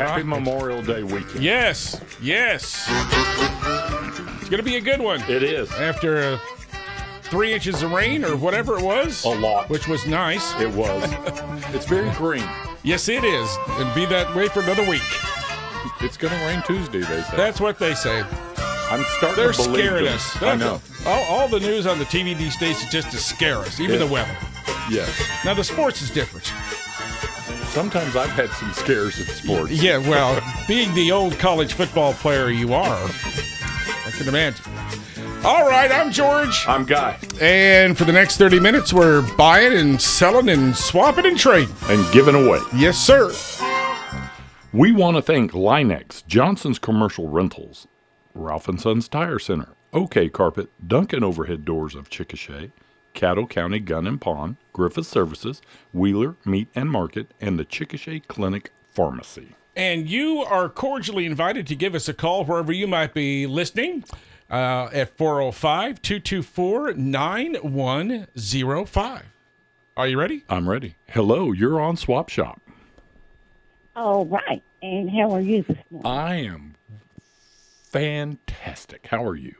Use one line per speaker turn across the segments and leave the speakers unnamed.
Happy
Rock.
Memorial Day weekend.
Yes, yes. It's gonna be a good one.
It is.
After uh, three inches of rain or whatever it was,
A lot.
which was nice.
It was. it's very green.
Yes, it is, and be that way for another week.
It's going to rain Tuesday, they say.
That's what they say.
I'm starting
They're
to believe
scaring
them.
us.
I know.
All, all the news on the TV these days is just to scare us, even
Yeah.
the weather.
Yes.
Now the sports is different.
Sometimes I've had some scares in sports.
Yeah, well, being the old college football player you are, I can imagine. All right, I'm George.
I'm Guy.
And for the next 30 minutes, we're buying and selling and swapping and trading.
And giving away.
Yes, sir.
We want to thank Linex, Johnson's Commercial Rentals, Ralph and Sons Tire Center, OK Carpet, Duncan Overhead Doors of Chickasha, Cattle County Gun and Pawn, Griffith Services, Wheeler Meat and Market, and the Chickasha Clinic Pharmacy.
And you are cordially invited to give us a call wherever you might be listening uh, at 405 224 9105. Are you ready?
I'm ready. Hello, you're on Swap Shop.
All right. And how are you this morning?
I am fantastic. How are you?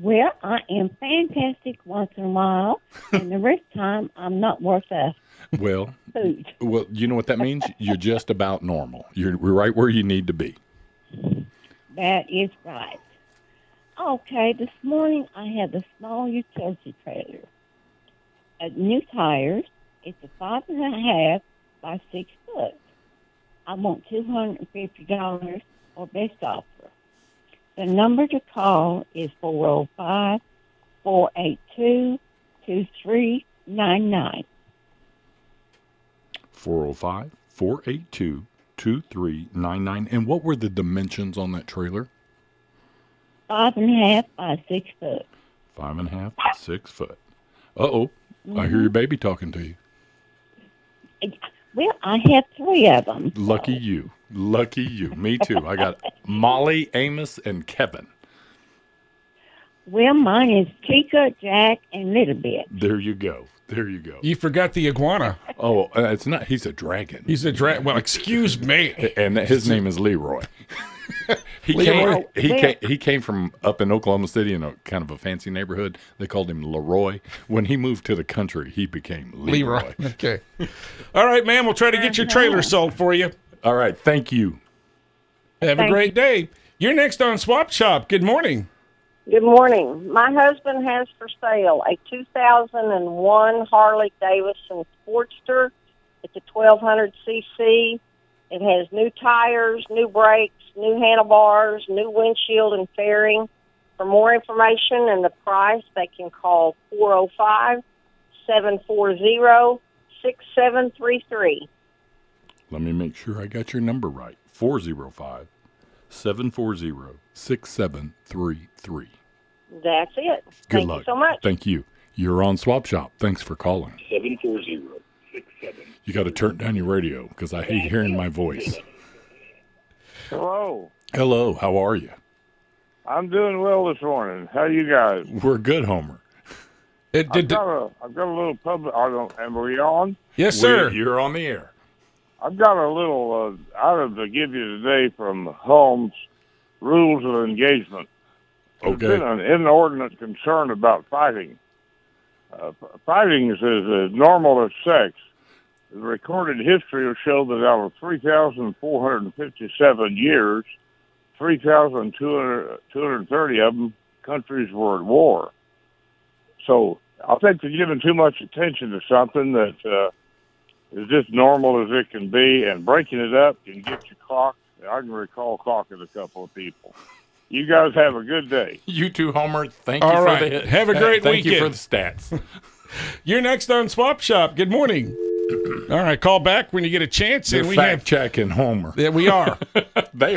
Well, I am fantastic once in a while, and the rest time I'm not worth a
Well,
food.
well, you know what that means? You're just about normal. You're right where you need to be.
That is right. Okay, this morning I have a small utility trailer. Uh, new tires. It's a five and a half by six foot. I want two hundred and fifty dollars or best offer. The number to call is four oh five four eight two two three nine nine.
405 482 2399. And what were the dimensions on that trailer?
Five and a half by six foot.
Five and a half, six foot. Uh oh. I hear your baby talking to you.
And- Well, I have three of them.
Lucky you. Lucky you. Me too. I got Molly, Amos, and Kevin.
Well, mine is Chica, Jack, and Little Bit.
There you go. There you go.
You forgot the iguana.
Oh, uh, it's not. He's a dragon.
He's a dra Well, excuse me.
and his name is Leroy. he
Leroy.
came. He
Well-
came. He came from up in Oklahoma City in a kind of a fancy neighborhood. They called him Leroy. When he moved to the country, he became Leroy.
Leroy. Okay. All right, ma'am. We'll try to get your trailer sold for you.
All right. Thank you.
Have a
Thank
great day. You're next on Swap Shop. Good morning.
Good morning. My husband has for sale a 2001 Harley Davidson Sportster. It's a 1200cc. It has new tires, new brakes, new handlebars, new windshield and fairing. For more information and the price, they can call 405 740 6733.
Let me make sure I got your number right. 405 740 6733.
That's it.
Good
Thank
luck.
you so much.
Thank you. You're on Swap Shop. Thanks for calling.
740
You got to turn down your radio because I hate hearing my voice.
Hello.
Hello. How are you?
I'm doing well this morning. How you guys?
We're good, Homer.
It
I've
did,
got a I've got a little public. I don't. Am we on?
yes, sir.
We're- You're on the air.
I've got a little uh, item to give you today from Holmes Rules of Engagement. There's
Okay.
been an inordinate concern about fighting. Uh, f- fighting is as normal as sex. The recorded history will show that out of 3,457 years, 3,230 of them countries were at war. So I think they're giving too much attention to something that uh, is just normal as it can be, and breaking it up can get you clocked. I can recall clocking a couple of people. You guys have a good day.
You too, Homer. Thank you
All
for
right.
the
Have a great
Thank you for
weekend.
the stats.
You're next on Swap Shop. Good morning. All right, call back when you get a chance,
They're
and we
fact
have.
checking Homer.
Yeah, we are.
They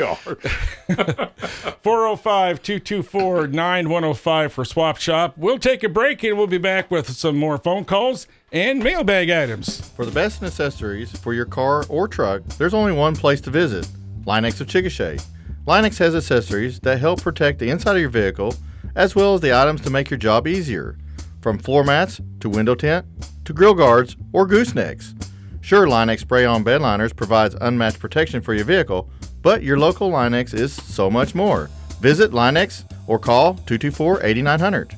are.
405 224 9105 for Swap Shop. We'll take a break and we'll be back with some more phone calls and mailbag items.
For the best in accessories for your car or truck, there's only one place to visit Linex of Chickasha. Linex has accessories that help protect the inside of your vehicle, as well as the items to make your job easier, from floor mats to window tint to grill guards or goosenecks. Sure, Linex spray on bedliners provides unmatched protection for your vehicle, but your local Linex is so much more. Visit Linex or call 224 8900.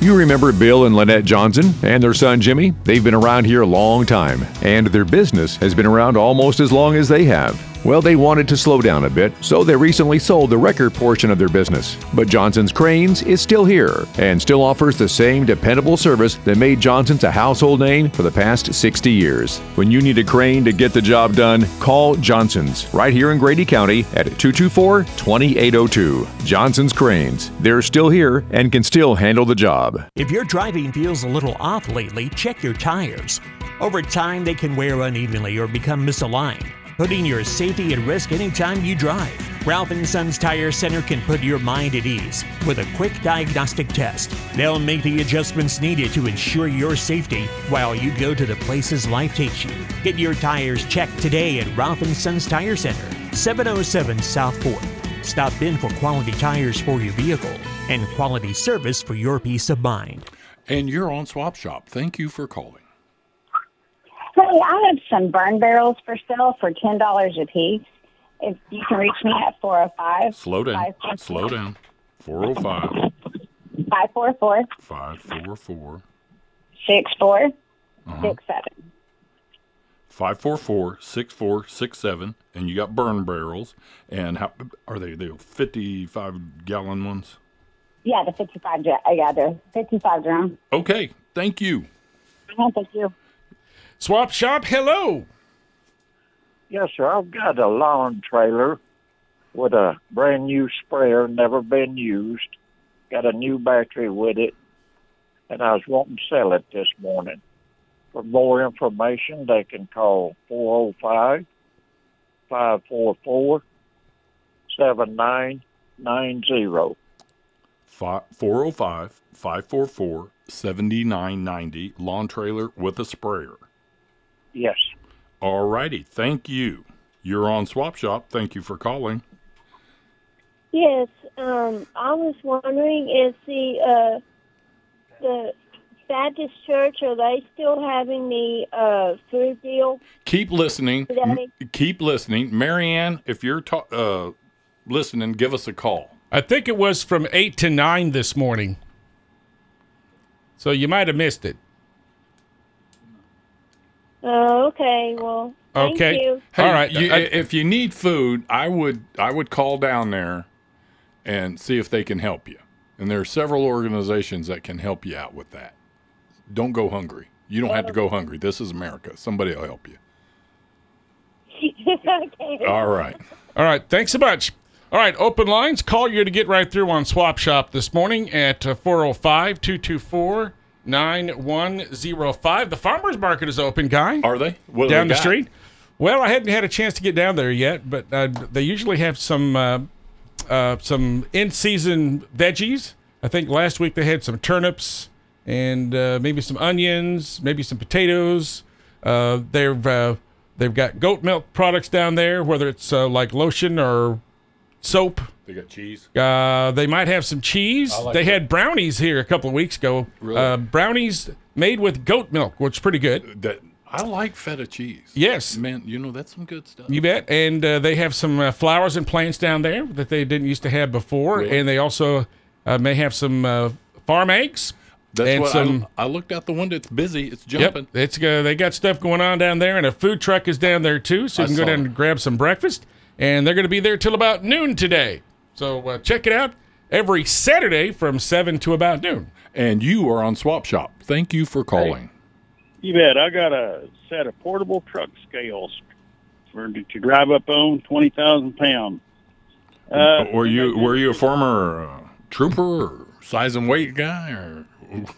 You remember Bill and Lynette Johnson and their son Jimmy? They've been around here a long time, and their business has been around almost as long as they have. Well, they wanted to slow down a bit, so they recently sold the record portion of their business. But Johnson's Cranes is still here and still offers the same dependable service that made Johnson's a household name for the past 60 years. When you need a crane to get the job done, call Johnson's right here in Grady County at 224 2802. Johnson's Cranes. They're still here and can still handle the job.
If your driving feels a little off lately, check your tires. Over time, they can wear unevenly or become misaligned, putting your safety at risk anytime you drive. Ralph and Sons Tire Center can put your mind at ease with a quick diagnostic test. They'll make the adjustments needed to ensure your safety while you go to the places life takes you. Get your tires checked today at Ralph and Sons Tire Center, 707 South 4th. Stop in for quality tires for your vehicle and quality service for your peace of mind.
And you're on Swap Shop. Thank you for calling.
Hey, I have some burn barrels for sale for ten dollars a piece. If you can reach me at four oh five.
Slow down. Slow down. 405
Five four four
544
six four
Uh-huh.
six seven.
544 6467. And you got burn barrels. And how are they? They 55 gallon ones?
Yeah, the fifty five I got the fifty five drum.
Okay. Thank you.
I
Oh,
don't think you
Swap shop, hello.
Yes, sir. I've got a lawn trailer with a brand new sprayer, never been used. Got a new battery with it, and I was wanting to sell it this morning. For more information, they can call 405 544 7990.
405 544 7990. Lawn trailer with a sprayer.
Yes.
All righty. Thank you. You're on Swap Shop. Thank you for calling.
Yes, um, I was wondering is the uh, the Baptist Church are they still having the uh, food deal?
Keep listening.
Daddy.
M- keep listening. Marianne, if you're ta- uh, listening, give us a call.
I think it was from 8 to 9 this morning. So you might have missed it.
Oh, okay. Well, thank
Okay.
you.
Hey, uh,
All right.
you-
I-
if you need food, I would I would call down there and see if they can help you. And there are several organizations that can help you out with that. Don't go hungry. You don't have to
Oh.
go hungry. This is America. Somebody will help you.
okay.
All right.
All right. Thanks a bunch. All right. Open lines. Call you to get right through on Swap Shop this morning at uh, 405 224 9105. The farmer's market is open, guy.
Are they What do
down
they
the
got?
street. Well, I hadn't had a chance to get down there yet, but uh, they usually have some uh, uh, some in season veggies. I think last week they had some turnips and uh, maybe some onions, maybe some potatoes. Uh, they've uh, they've got goat milk products down there, whether it's uh, like lotion or soap.
They got cheese.
Uh, they might have some cheese.
like
they
that.
had brownies here a couple of weeks ago.
Really?
Uh, brownies made with goat milk, which is pretty good.
That I like feta cheese.
Yes.
man. You know that's some good stuff.
You bet. And uh, they have some uh, flowers and plants down there that they didn't used to have before.
Really?
And they also uh, may have some uh, farm eggs.
that's
and
what
some-
I, I looked out the window. It's busy. It's jumping.
Yep. It's, uh, they got stuff going on down there. And a food truck is down there too. So
I
you can go
saw
down
it.
and grab some breakfast. And they're going to be there till about noon today. So uh, check it out every Saturday from 7 to about noon.
And you are on Swap Shop. Thank you for calling.
You bet. I got a set of portable truck scales for to drive up on twenty thousand pound. Uh,
were you were you a former uh, trooper or size and weight guy or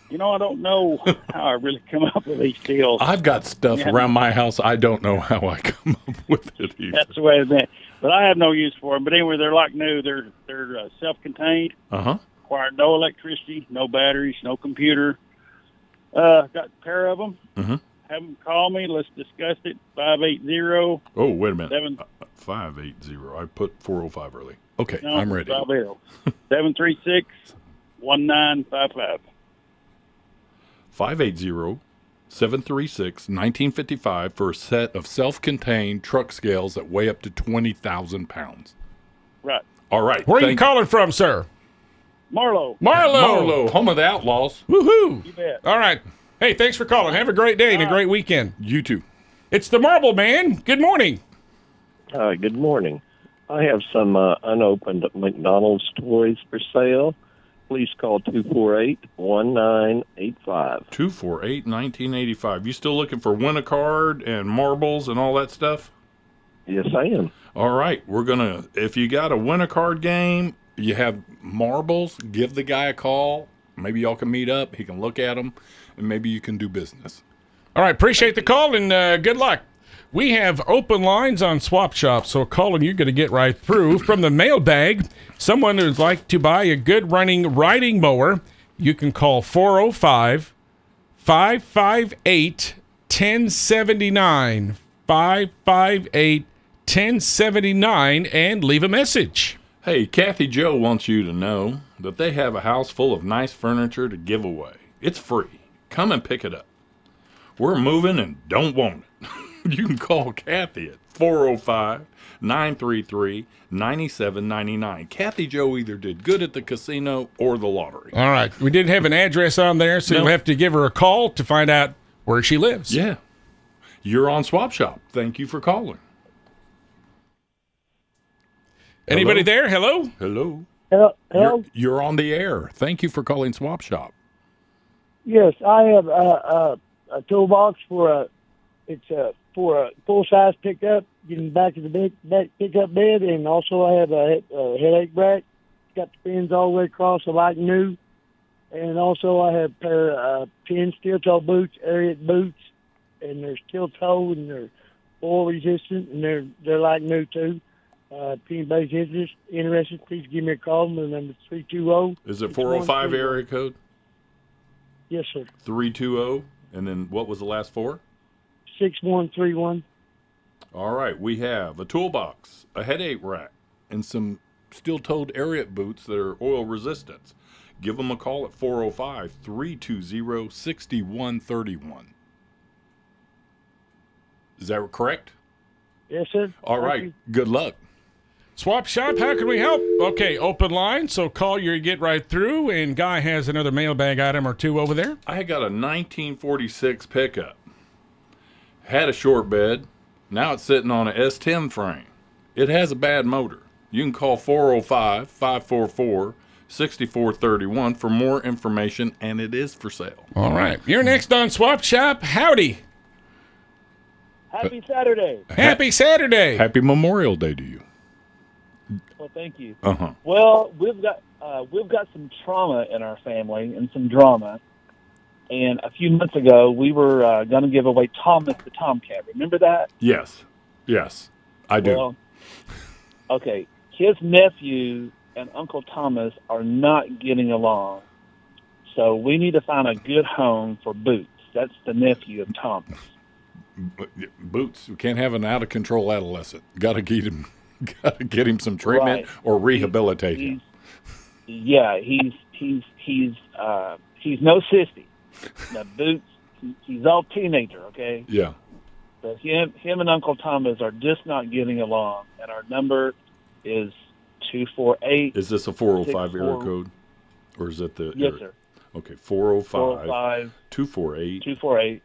you know, I don't know how I really come up with these deals.
I've got stuff
Yeah.
around my house. I don't know how I come up with it either.
That's the way it's been. But I have no use for them. But anyway, they're like new. They're they're uh, self-contained.
Uh huh.
Require no electricity, no batteries, no computer. Uh, got a pair of them.
Mhm.
Have them call me. Let's discuss it. Five eight zero
Oh wait a minute.
seven.
Five eight zero. I put four oh five early. Okay, I'm ready.
Seven three six one nine five five.
Five eight zero 736 1955 for a set of self contained truck scales that weigh up to 20,000 pounds.
Right.
All right.
Where are you
thank-
calling from, sir?
Marlo.
Marlo.
Marlo, home of the outlaws.
Woohoo.
You bet.
All right. Hey, thanks for calling. Have a great day and a great weekend.
You too.
It's the Marble Man. Good morning.
Uh, good morning. I have some uh, unopened McDonald's toys for sale. Please call 248 1985.
248 1985. You still looking for win a card and marbles and all that stuff?
Yes, I am.
All right. We're going to, if you got a win a card game, you have marbles, give the guy a call. Maybe y'all can meet up. He can look at them and maybe you can do business.
All right. Appreciate the call and uh, good luck. We have open lines on Swap Shop, so a call and you're going to get right through from the mailbag. Someone who'd like to buy a good running riding mower, you can call 405 558 1079. 558 1079 and leave a message.
Hey, Kathy Joe wants you to know that they have a house full of nice furniture to give away. It's free. Come and pick it up. We're moving and don't want it. you can call Kathy at 405 933 9799. Kathy Joe either did good at the casino or the lottery.
All right. We didn't have an address on there, so you'll have to give her a call to find out where she lives.
Yeah. You're on Swap Shop. Thank you for calling.
Anybody there? Hello?
Hello.
Hello.
You're, you're on the air. Thank you for calling Swap Shop.
Yes, I have a, a, a toolbox for a. It's a for a full size pickup, getting back to the big back pickup bed, and also I have a, a headache rack. It's got the pins all the way across, so like new. And also I have a pair of uh, pin steel toe boots, Ariat boots, and they're steel toe and they're oil resistant, and they're they're like new too. Uh, if anybody's interested, interested, please give me a call. My number three two oh zero.
Is it 405 area code?
Yes, sir.
320. And then what was the last four?
Six one three one.
All right, we have a toolbox, a headache rack, and some steel toed Ariat boots that are oil resistance. Give them a call at 405 320 6131. Is that correct?
Yes, sir.
All
Thank
right,
you.
good luck.
Swap Shop, how can we help? Okay, open line, so call your get right through, and Guy has another mailbag item or two over there.
I got a 1946 pickup. Had a short bed. Now it's sitting on a S10 frame. It has a bad motor. You can call 405 544 6431 for more information, and it is for sale.
All right. You're next on Swap Shop. Howdy.
Happy Saturday.
Happy Saturday.
Happy Memorial Day to you.
Well, thank you.
Uh huh.
Well, we've got uh, we've got some trauma in our family and some drama. And a few months ago, we were uh, going to give away Thomas the Tomcat. Remember that?
Yes. Yes. I do.
Well, okay, his nephew and Uncle Thomas are not getting along, so we need to find a good home for Boots. That's the nephew of Thomas.
Bo- Boots, we can't have an out of control adolescent. Got to get him. Got to get him some treatment
Right.
or rehabilitate him.
Yeah, he's he's he's uh, he's no sissy. Now Boots, he- he's all teenager. Okay,
Yeah.
but him him and Uncle Thomas are just not getting along, and our number is two four eight.
Is this a 405 area code? Or is it the.
Yes,
area-
sir.
Okay, 405
405
248.
248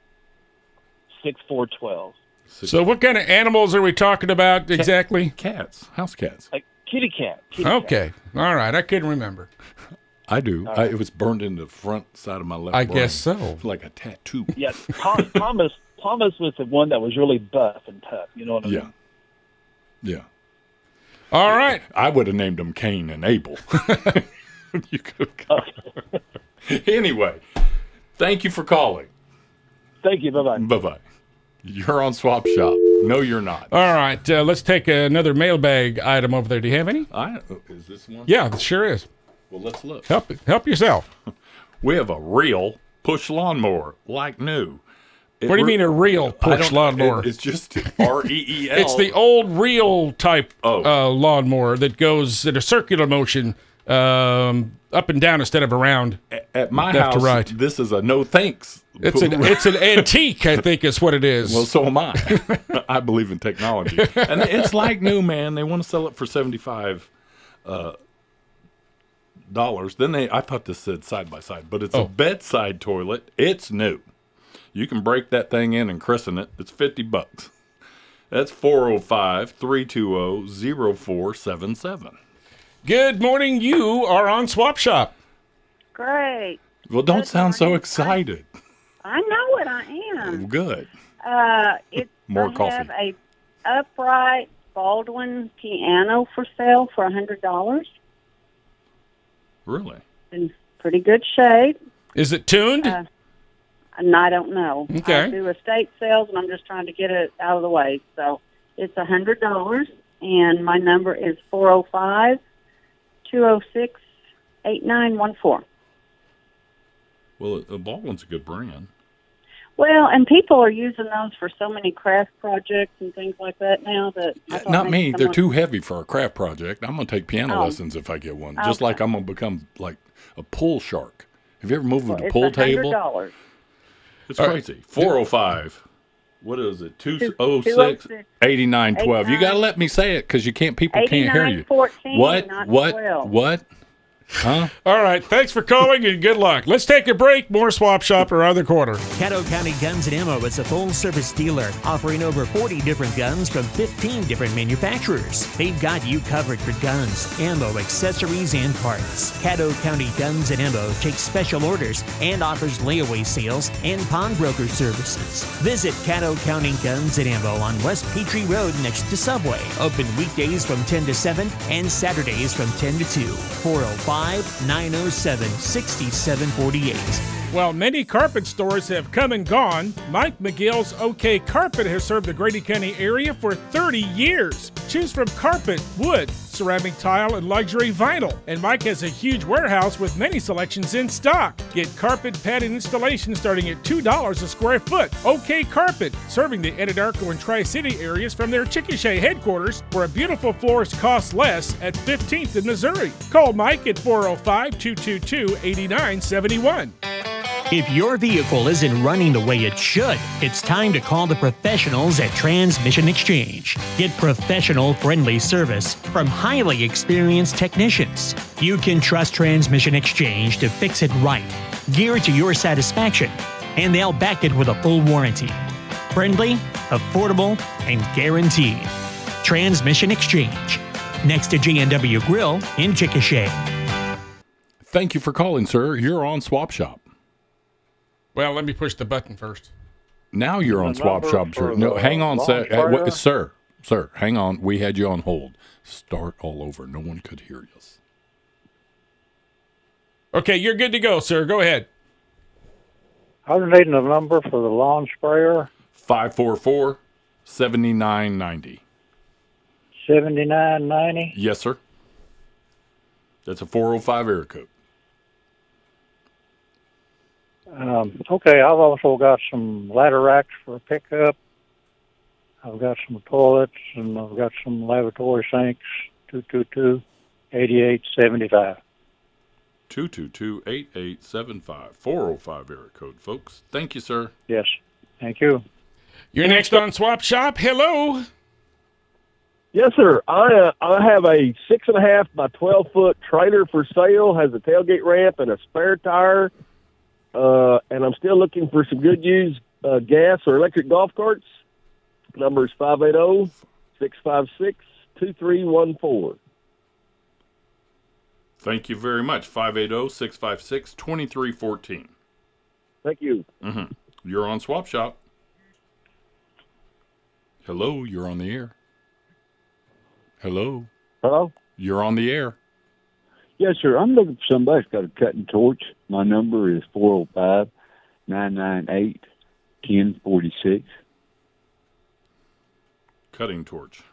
6412.
So, what kind of animals are we talking about exactly?
Cats, house cats.
Like kitty cat. Kitty cat.
Okay. All right. I couldn't remember.
I do.
All
I,
right.
it was burned in the front side of my left
I
brain.
guess so.
Like a tattoo.
Yes, Tom, Thomas Thomas was the one that was really buff and tough. You know what I mean?
Yeah. Yeah.
All right.
I would have named them Cain and Abel. you could Anyway, thank you for calling.
Thank you. Bye bye.
Bye bye. You're on Swap Shop. No, you're not.
All right. Uh, let's take another mailbag item over there. Do you have any?
I, is this one?
Yeah, it sure is.
Well, let's look.
Help help yourself.
We have a real push lawnmower, like new.
What do you mean a real
I
push
don't-
lawnmower?
it- it's just R E E L. Oh.
It's the old reel type uh, lawnmower that goes in a circular motion um, up and down instead of around.
At my
left
house,
to right.
this is a no thanks.
It's an it's an antique, I think, is what it is.
Well, so am I. I believe in technology, and it's like new, man. They want to sell it for seventy five uh, dollars. Then they, I thought this said side by side, but it's
Oh.
a bedside toilet. It's new. You can break that thing in and christen it. It's fifty bucks. That's 405 320 0477.
Good morning. You are on Swap Shop.
Great.
Well, don't sound so excited.
I know what I am.
Good.
Uh, it's
More
I
coffee.
have a upright Baldwin piano for sale for a hundred dollars.
Really?
In pretty good shape.
Is it tuned?
Uh, and I don't know.
Okay.
I do estate sales, and I'm just trying to get it out of the way. So it's a hundred dollars, and my number is four zero five two zero six eight nine one four.
Well, a Baldwin's a good brand.
Well, and people are using those for so many craft projects and things like that now that I thought
Not
maybe
me. They're
someone-
too heavy for a craft project. I'm going to take piano
Oh.
lessons if I get one. Just
Okay.
like I'm going to become like a pool shark. Have you ever moved
Well,
with a
it's
pool
a hundred
table?
dollars.
It's
All right.
crazy. 405. What is it?
Two-
206 8912. You got to
89.
let me say it because you can't, people can't hear you.
8914,
What?
not
What?
12.
What? Huh?
All right. Thanks for calling and good luck. Let's take a break. More Swap Shop around the corner.
Caddo County Guns and Ammo is a full service dealer offering over 40 different guns from 15 different manufacturers. They've got you covered for guns, ammo, accessories, and parts. Caddo County Guns and Ammo takes special orders and offers layaway sales and pawnbroker services. Visit Caddo County Guns and Ammo on West Petrie Road next to Subway. Open weekdays from 10 to 7 and Saturdays from 10 to oh 2. 405 907 6748.
While many carpet stores have come and gone, Mike McGill's OK Carpet has served the Grady County area for 30 years. Choose from carpet, wood, ceramic tile, and luxury vinyl. And Mike has a huge warehouse with many selections in stock. Get carpet pad and installation starting at $2 a square foot. OK Carpet, serving the Anadarko and Tri City areas from their Chickasha headquarters, where a beautiful floors cost less at 15th in Missouri. Call Mike at 405 222 8971.
If your vehicle isn't running the way it should, it's time to call the professionals at Transmission Exchange. Get professional friendly service from highly experienced technicians. You can trust Transmission Exchange to fix it right, geared to your satisfaction, and they'll back it with a full warranty. Friendly, affordable, and guaranteed. Transmission Exchange, next to J&W Grill in Chickasha.
Thank you for calling, sir. You're on Swap Shop.
Well, let me push the button first.
Now you're on
The
Swap
number
Shop.
for
Sir. No,
the
hang on, sir.
lawn
Uh, wha-
fire.
sir. Sir, hang on. We had you on hold. Start all over. No one could hear you.
Okay, you're good to go, sir. Go ahead.
I was needing a number for the lawn sprayer,
544 7990.
seventy nine ninety.
Yes, sir. That's a 405 error code.
Um, okay, I've also got some ladder racks for pickup. I've got some toilets and I've got some lavatory sinks. Two two two, eighty eight seventy five.
222 8875. 405 error oh code, folks. Thank you, sir.
Yes, thank you.
You're next on Swap Shop. Hello.
Yes, sir. I uh, I have a six and a half by twelve foot trailer for sale. Has a tailgate ramp and a spare tire, uh, and I'm still looking for some good used uh, gas or electric golf carts. Number is five eight zero six five six two three one four.
Thank you very much. oh, 580 656 2314.
Thank you.
Mm-hmm. You're on Swap Shop. Hello, you're on the air. Hello.
Hello?
You're on the air.
Yes, sir. I'm looking for somebody that's got a cutting torch. My number is 405 998 1046.
Cutting torch.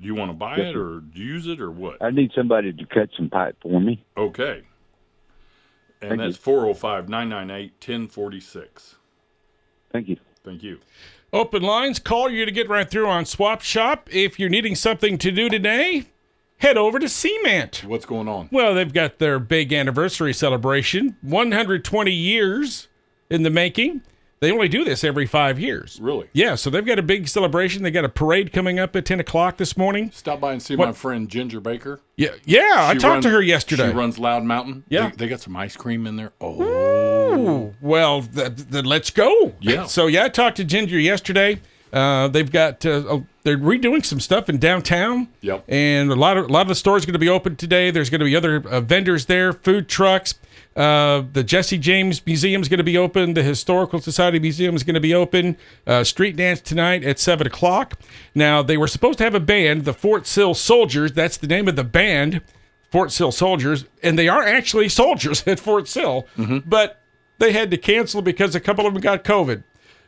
Do you want to buy
Yes,
it
sir.
or use it or what?
I need somebody to cut some pipe for me.
Okay. And
Thank
that's 405 998 1046.
Thank you.
Thank you.
Open lines. Call you to get right through on Swap Shop. If you're needing something to do today, head over to Cement.
What's going on?
Well, they've got their big anniversary celebration, 120 years in the making. They only do this every five years.
Really?
Yeah, so they've got a big celebration. They got a parade coming up at 10 o'clock this morning.
Stop by and see
What-
my friend Ginger Baker.
Yeah, yeah. I
She
talked to
runs-
her yesterday.
She runs Loud Mountain.
Yeah.
They, they got some ice cream in there. Oh,
Ooh, well, th- then let's go.
Yeah.
So yeah, I talked to Ginger yesterday. Uh, they've got uh, oh, they're redoing some stuff in downtown.
Yep.
And a lot of a lot of the stores going to be open today. There's going to be other uh, vendors there, food trucks. Uh, the Jesse James Museum is going to be open. The Historical Society Museum is going to be open. Uh, street dance tonight at seven o'clock. Now they were supposed to have a band, the Fort Sill Soldiers. That's the name of the band. Fort Sill soldiers, and they are actually soldiers at Fort Sill,
Mm-hmm.
but they had to cancel because a couple of them got COVID.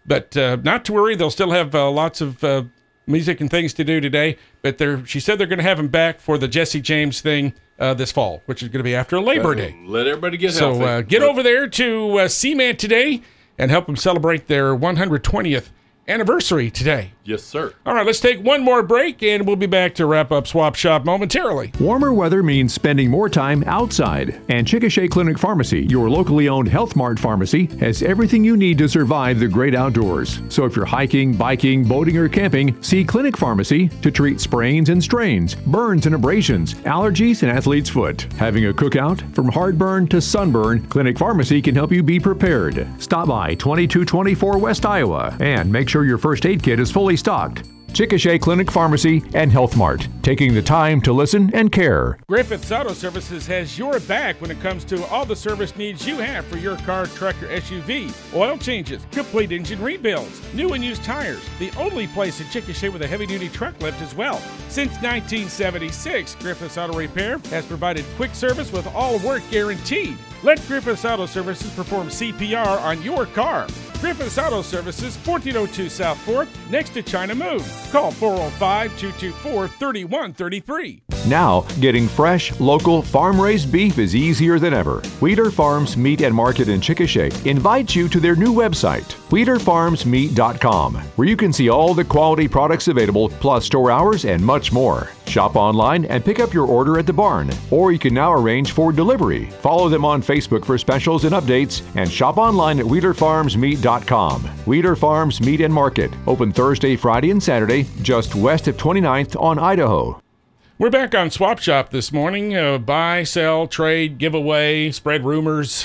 But uh, not to worry, they'll still have uh, lots of uh, music and things to do today. But they're, she said they're going to have them back for the Jesse James thing uh, this fall, which is going to be after Labor Day.
Uh, Let everybody get
So
healthy.
uh, get over there to uh, Seaman today and help them celebrate their 120th anniversary today.
yes, sir.
All right, let's take one more break, and we'll be back to wrap up Swap Shop momentarily.
Warmer weather means spending more time outside, and Chickasha Clinic Pharmacy, your locally owned Health Mart pharmacy, has everything you need to survive the great outdoors. So if you're hiking, biking, boating, or camping, see Clinic Pharmacy to treat sprains and strains, burns and abrasions, allergies, and athlete's foot. Having a cookout? From heartburn to sunburn, Clinic Pharmacy can help you be prepared. Stop by 2224 West Iowa and make sure your first aid kit is fully stocked. Chickasha Clinic Pharmacy and Health Mart, taking the time to listen and care.
Griffith's Auto Services has your back when it comes to all the service needs you have for your car, truck, or SUV. Oil changes, complete engine rebuilds, new and used tires. The only place in Chickasha with a heavy-duty truck lift as well. Since 1976, Griffith's Auto Repair has provided quick service with all work guaranteed. Let Griffith's Auto Services perform CPR on your car. Griffith's Auto Services, 1402 South 4th, next to China Moon. Call 405-224-3133.
Now, getting fresh, local, farm raised beef is easier than ever. Weeder Farms Meat and Market in Chickasha invites you to their new website, WeederFarmsMeat.com, where you can see all the quality products available, plus store hours and much more. Shop online and pick up your order at the barn, or you can now arrange for delivery. Follow them on Facebook for specials and updates, and shop online at WeederFarmsMeat.com. Weeder Farms Meat and Market, open Thursday, Friday, and Saturday, just west of 29th on Idaho.
We're back on Swap Shop this morning. Uh, buy, sell, trade, giveaway, spread rumors,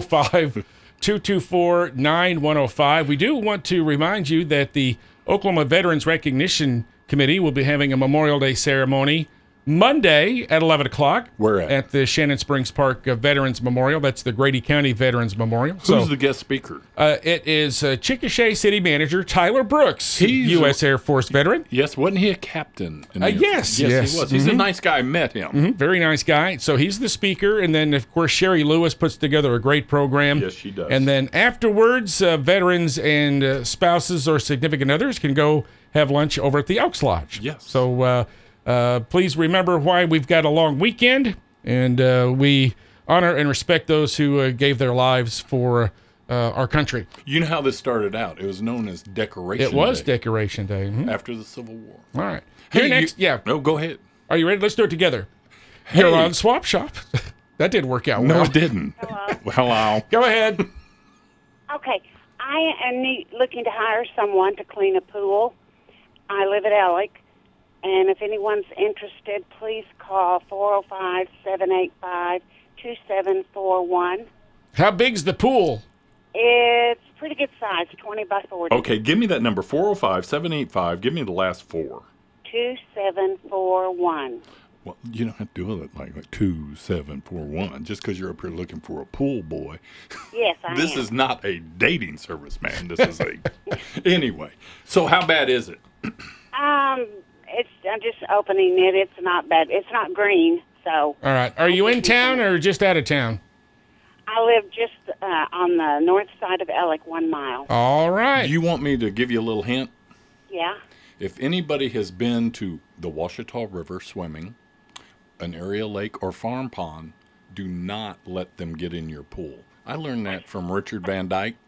405 224 9105. We do want to remind you that the Oklahoma Veterans Recognition Committee will be having a Memorial Day ceremony Monday at 11 o'clock. Where at? At the Shannon Springs Park uh, Veterans Memorial. That's the Grady County Veterans Memorial.
Who's the guest speaker?
Uh, it is uh, Chickasha City Manager Tyler Brooks, U.S. Air Force veteran.
Yes, wasn't he a captain? in
Uh,
the Air
yes,
Force? yes,
yes,
he was. He's a
mhm.
nice guy. I met him.
Mhm, Very nice guy. So he's the speaker, and then of course Sherry Lewis puts together a great program. Yes, she does. And then afterwards, uh, veterans and uh, spouses or significant others can go have lunch over at the Elks Lodge. Yes. So uh, uh, please remember why we've got a long weekend, and uh, we honor and respect those who uh, gave their lives for uh, our country.
You know how this started out? It was known as Decoration.
It was
Day
Decoration Day. Mhm.
after the Civil War.
All right.
Hey,
Here
you-
next, yeah.
No, go ahead.
Are you ready? Let's do it together. You're
Hey.
on Swap Shop. that didn't work out well.
No, it didn't. Hello.
Go ahead.
Okay, I am need, looking to hire someone to clean a pool. I live at Alec, and if anyone's interested, please call four zero five seven eight five two seven four one.
How big's the pool?
It's pretty good size, 20 by 40.
Okay, give me that number 405 785. Give me the last four.
2741.
Well, you don't have to do it like, like 2741 just because you're up here looking for a pool boy.
Yes, I
this
am.
is not a dating service, man. This is a. anyway, so how bad is it?
Um, it's, I'm just opening it. It's not bad. It's not green, so
All right. Are you in town or just out of town?
I live just uh, on the north side of Alec, one mile.
All right.
You want me to give you a little hint?
Yeah?
If anybody has been to the Washita River swimming, an area lake, or farm pond, do not let them get in your pool. I learned that from Richard Van Dyke.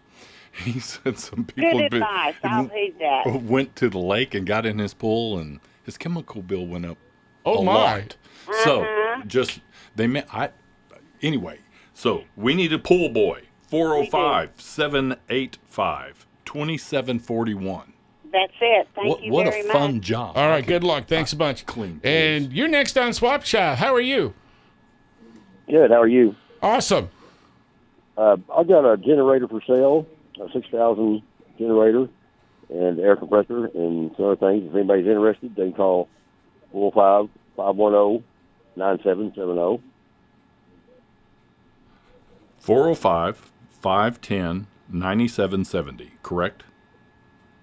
He said some people
Good
have been-
advice. I'll heed that.
went to the lake and got in his pool, and his chemical bill went up
Oh,
a
my.
lot.
Mm-hmm.
So just they meant I anyway. So
Mm-hmm.
we need a pool boy 405 785 2741.
That's it. Thank
What,
you
what
very
a fun
much.
job.
All right, good luck. Thanks a bunch.
Clean.
And you're next on Swap Shop. How are you?
Good. How are you?
Awesome.
Uh, I've got a generator for sale, a 6,000 generator and air compressor and some other things. If anybody's interested, they can call 405-510-9770.
405 510 9770, correct?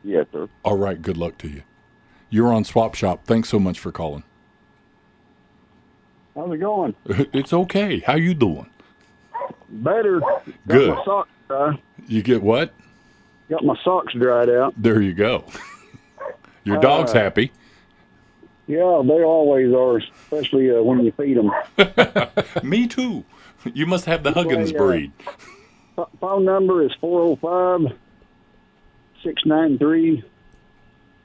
Yes, sir.
All right, good luck to you. You're on Swap Shop. Thanks so much for calling.
How's it going?
It's okay. How you doing?
Better.
Good.
Got my socks
uh,
dry.
You get what?
Got my socks dried out.
There you go. Your dog's
Uh,
happy.
Yeah, they always are, especially uh, when you feed them.
Me too. You must have the Huggins
uh,
breed.
Phone number is 405 693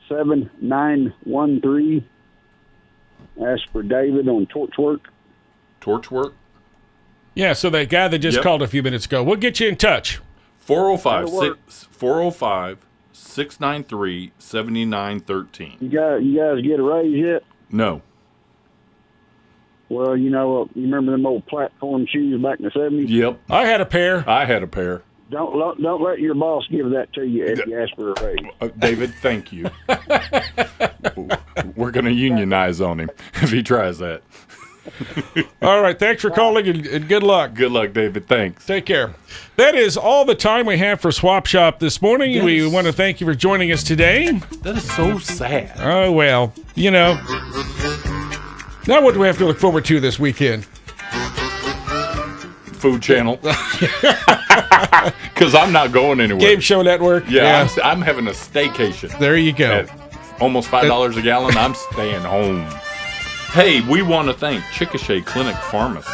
7913. That's for David on torch work.
Torch work?
Yeah, so that guy that just
Yep.
called a few minutes ago. We'll get you in touch.
405
That'll work.
6, 405 693 7913.
You guys, you guys get a raise yet?
No.
Well, you know, uh, you remember them old platform shoes back in the 70s?
Yep.
I had a pair.
I had a pair.
Don't, lo- don't let your boss give that to you if you ask for a raise.
Uh, David, thank you. We're going to unionize on him if he tries that.
All right, thanks for calling and, and good luck.
Good luck, David. Thanks.
Take care. That is all the time we have for Swap Shop this morning. We want to thank you for joining us today.
That is so sad.
Oh, well, you know. Now, what do we have to look forward to this weekend?
Food Channel. Because I'm not going anywhere.
Game Show Network.
Yeah, I'm, I'm having a staycation.
There you go.
At almost five dollars a gallon. I'm staying home. Hey, we want to thank Chickasha Clinic Pharmacy,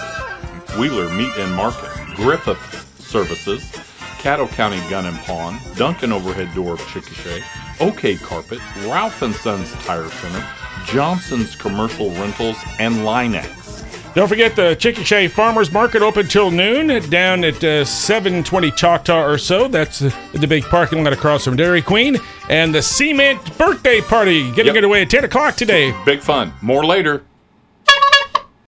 Wheeler Meat and Market, Griffith Services, Cattle County Gun and Pawn, Duncan Overhead Door of Chickasha, OK Carpet, Ralph and Sons Tire Center, Johnson's Commercial Rentals, and Linex.
Don't forget the Chickasha Farmers Market open till noon down at uh, 720 Choctaw or so. That's uh, the big parking lot across from Dairy Queen. And the Cement Birthday Party getting
Yep.
underway at 10 o'clock today.
Big fun. More later.